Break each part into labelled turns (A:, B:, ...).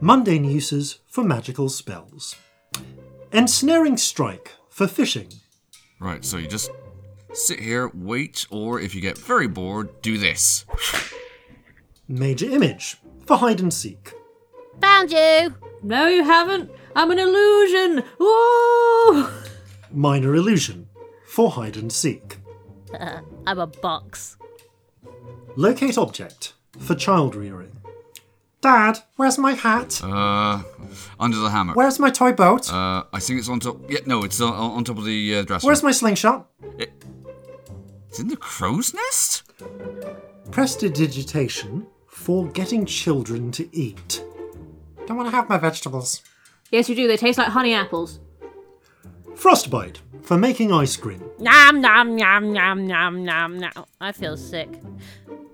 A: mundane uses for magical spells. Ensnaring Strike for fishing.
B: Right, so you just sit here, wait, or if you get very bored, do this.
A: Major Image for hide and seek.
C: Found you!
D: No, you haven't. I'm an illusion. Ooh!
A: Minor Illusion for hide and seek.
C: I'm a box.
A: Locate object for child rearing. Dad, where's my hat?
B: Uh, under the hammer.
A: Where's my toy boat?
B: Uh, I think it's on top. Yeah, no, it's on, on top of the uh, dresser.
A: Where's my slingshot?
B: It's in the crow's nest.
A: Prestidigitation for getting children to eat. Don't want to have my vegetables.
D: Yes, you do. They taste like honey apples.
A: Frostbite for making ice cream.
C: Nom nom nom nom nom nom nom. I feel sick.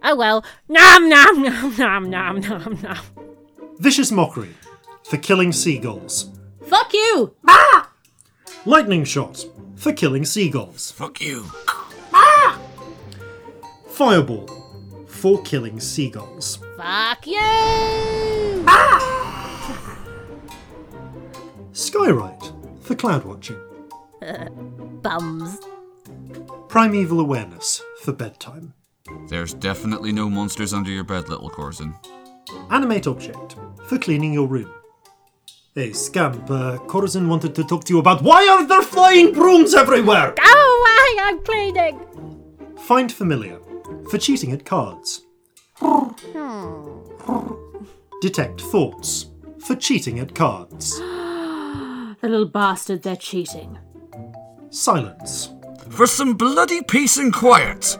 C: Oh well. Nom nom nom nom nom nom nom.
A: Vicious mockery for killing seagulls.
D: Fuck you!
A: Lightning shot for killing seagulls.
B: Fuck you.
A: Fireball for killing seagulls.
C: Fuck you!
D: Ah!
A: Skyrite for cloud watching.
C: Bums.
A: Primeval awareness for bedtime.
B: There's definitely no monsters under your bed, little Corzin.
A: Animate object for cleaning your room. Hey, Scamp, uh, Corazon wanted to talk to you about why are there flying brooms everywhere?
C: Oh, why I'm cleaning!
A: Find familiar for cheating at cards. Detect thoughts for cheating at cards.
D: The little bastard, they're cheating.
A: Silence
B: For some bloody peace and quiet.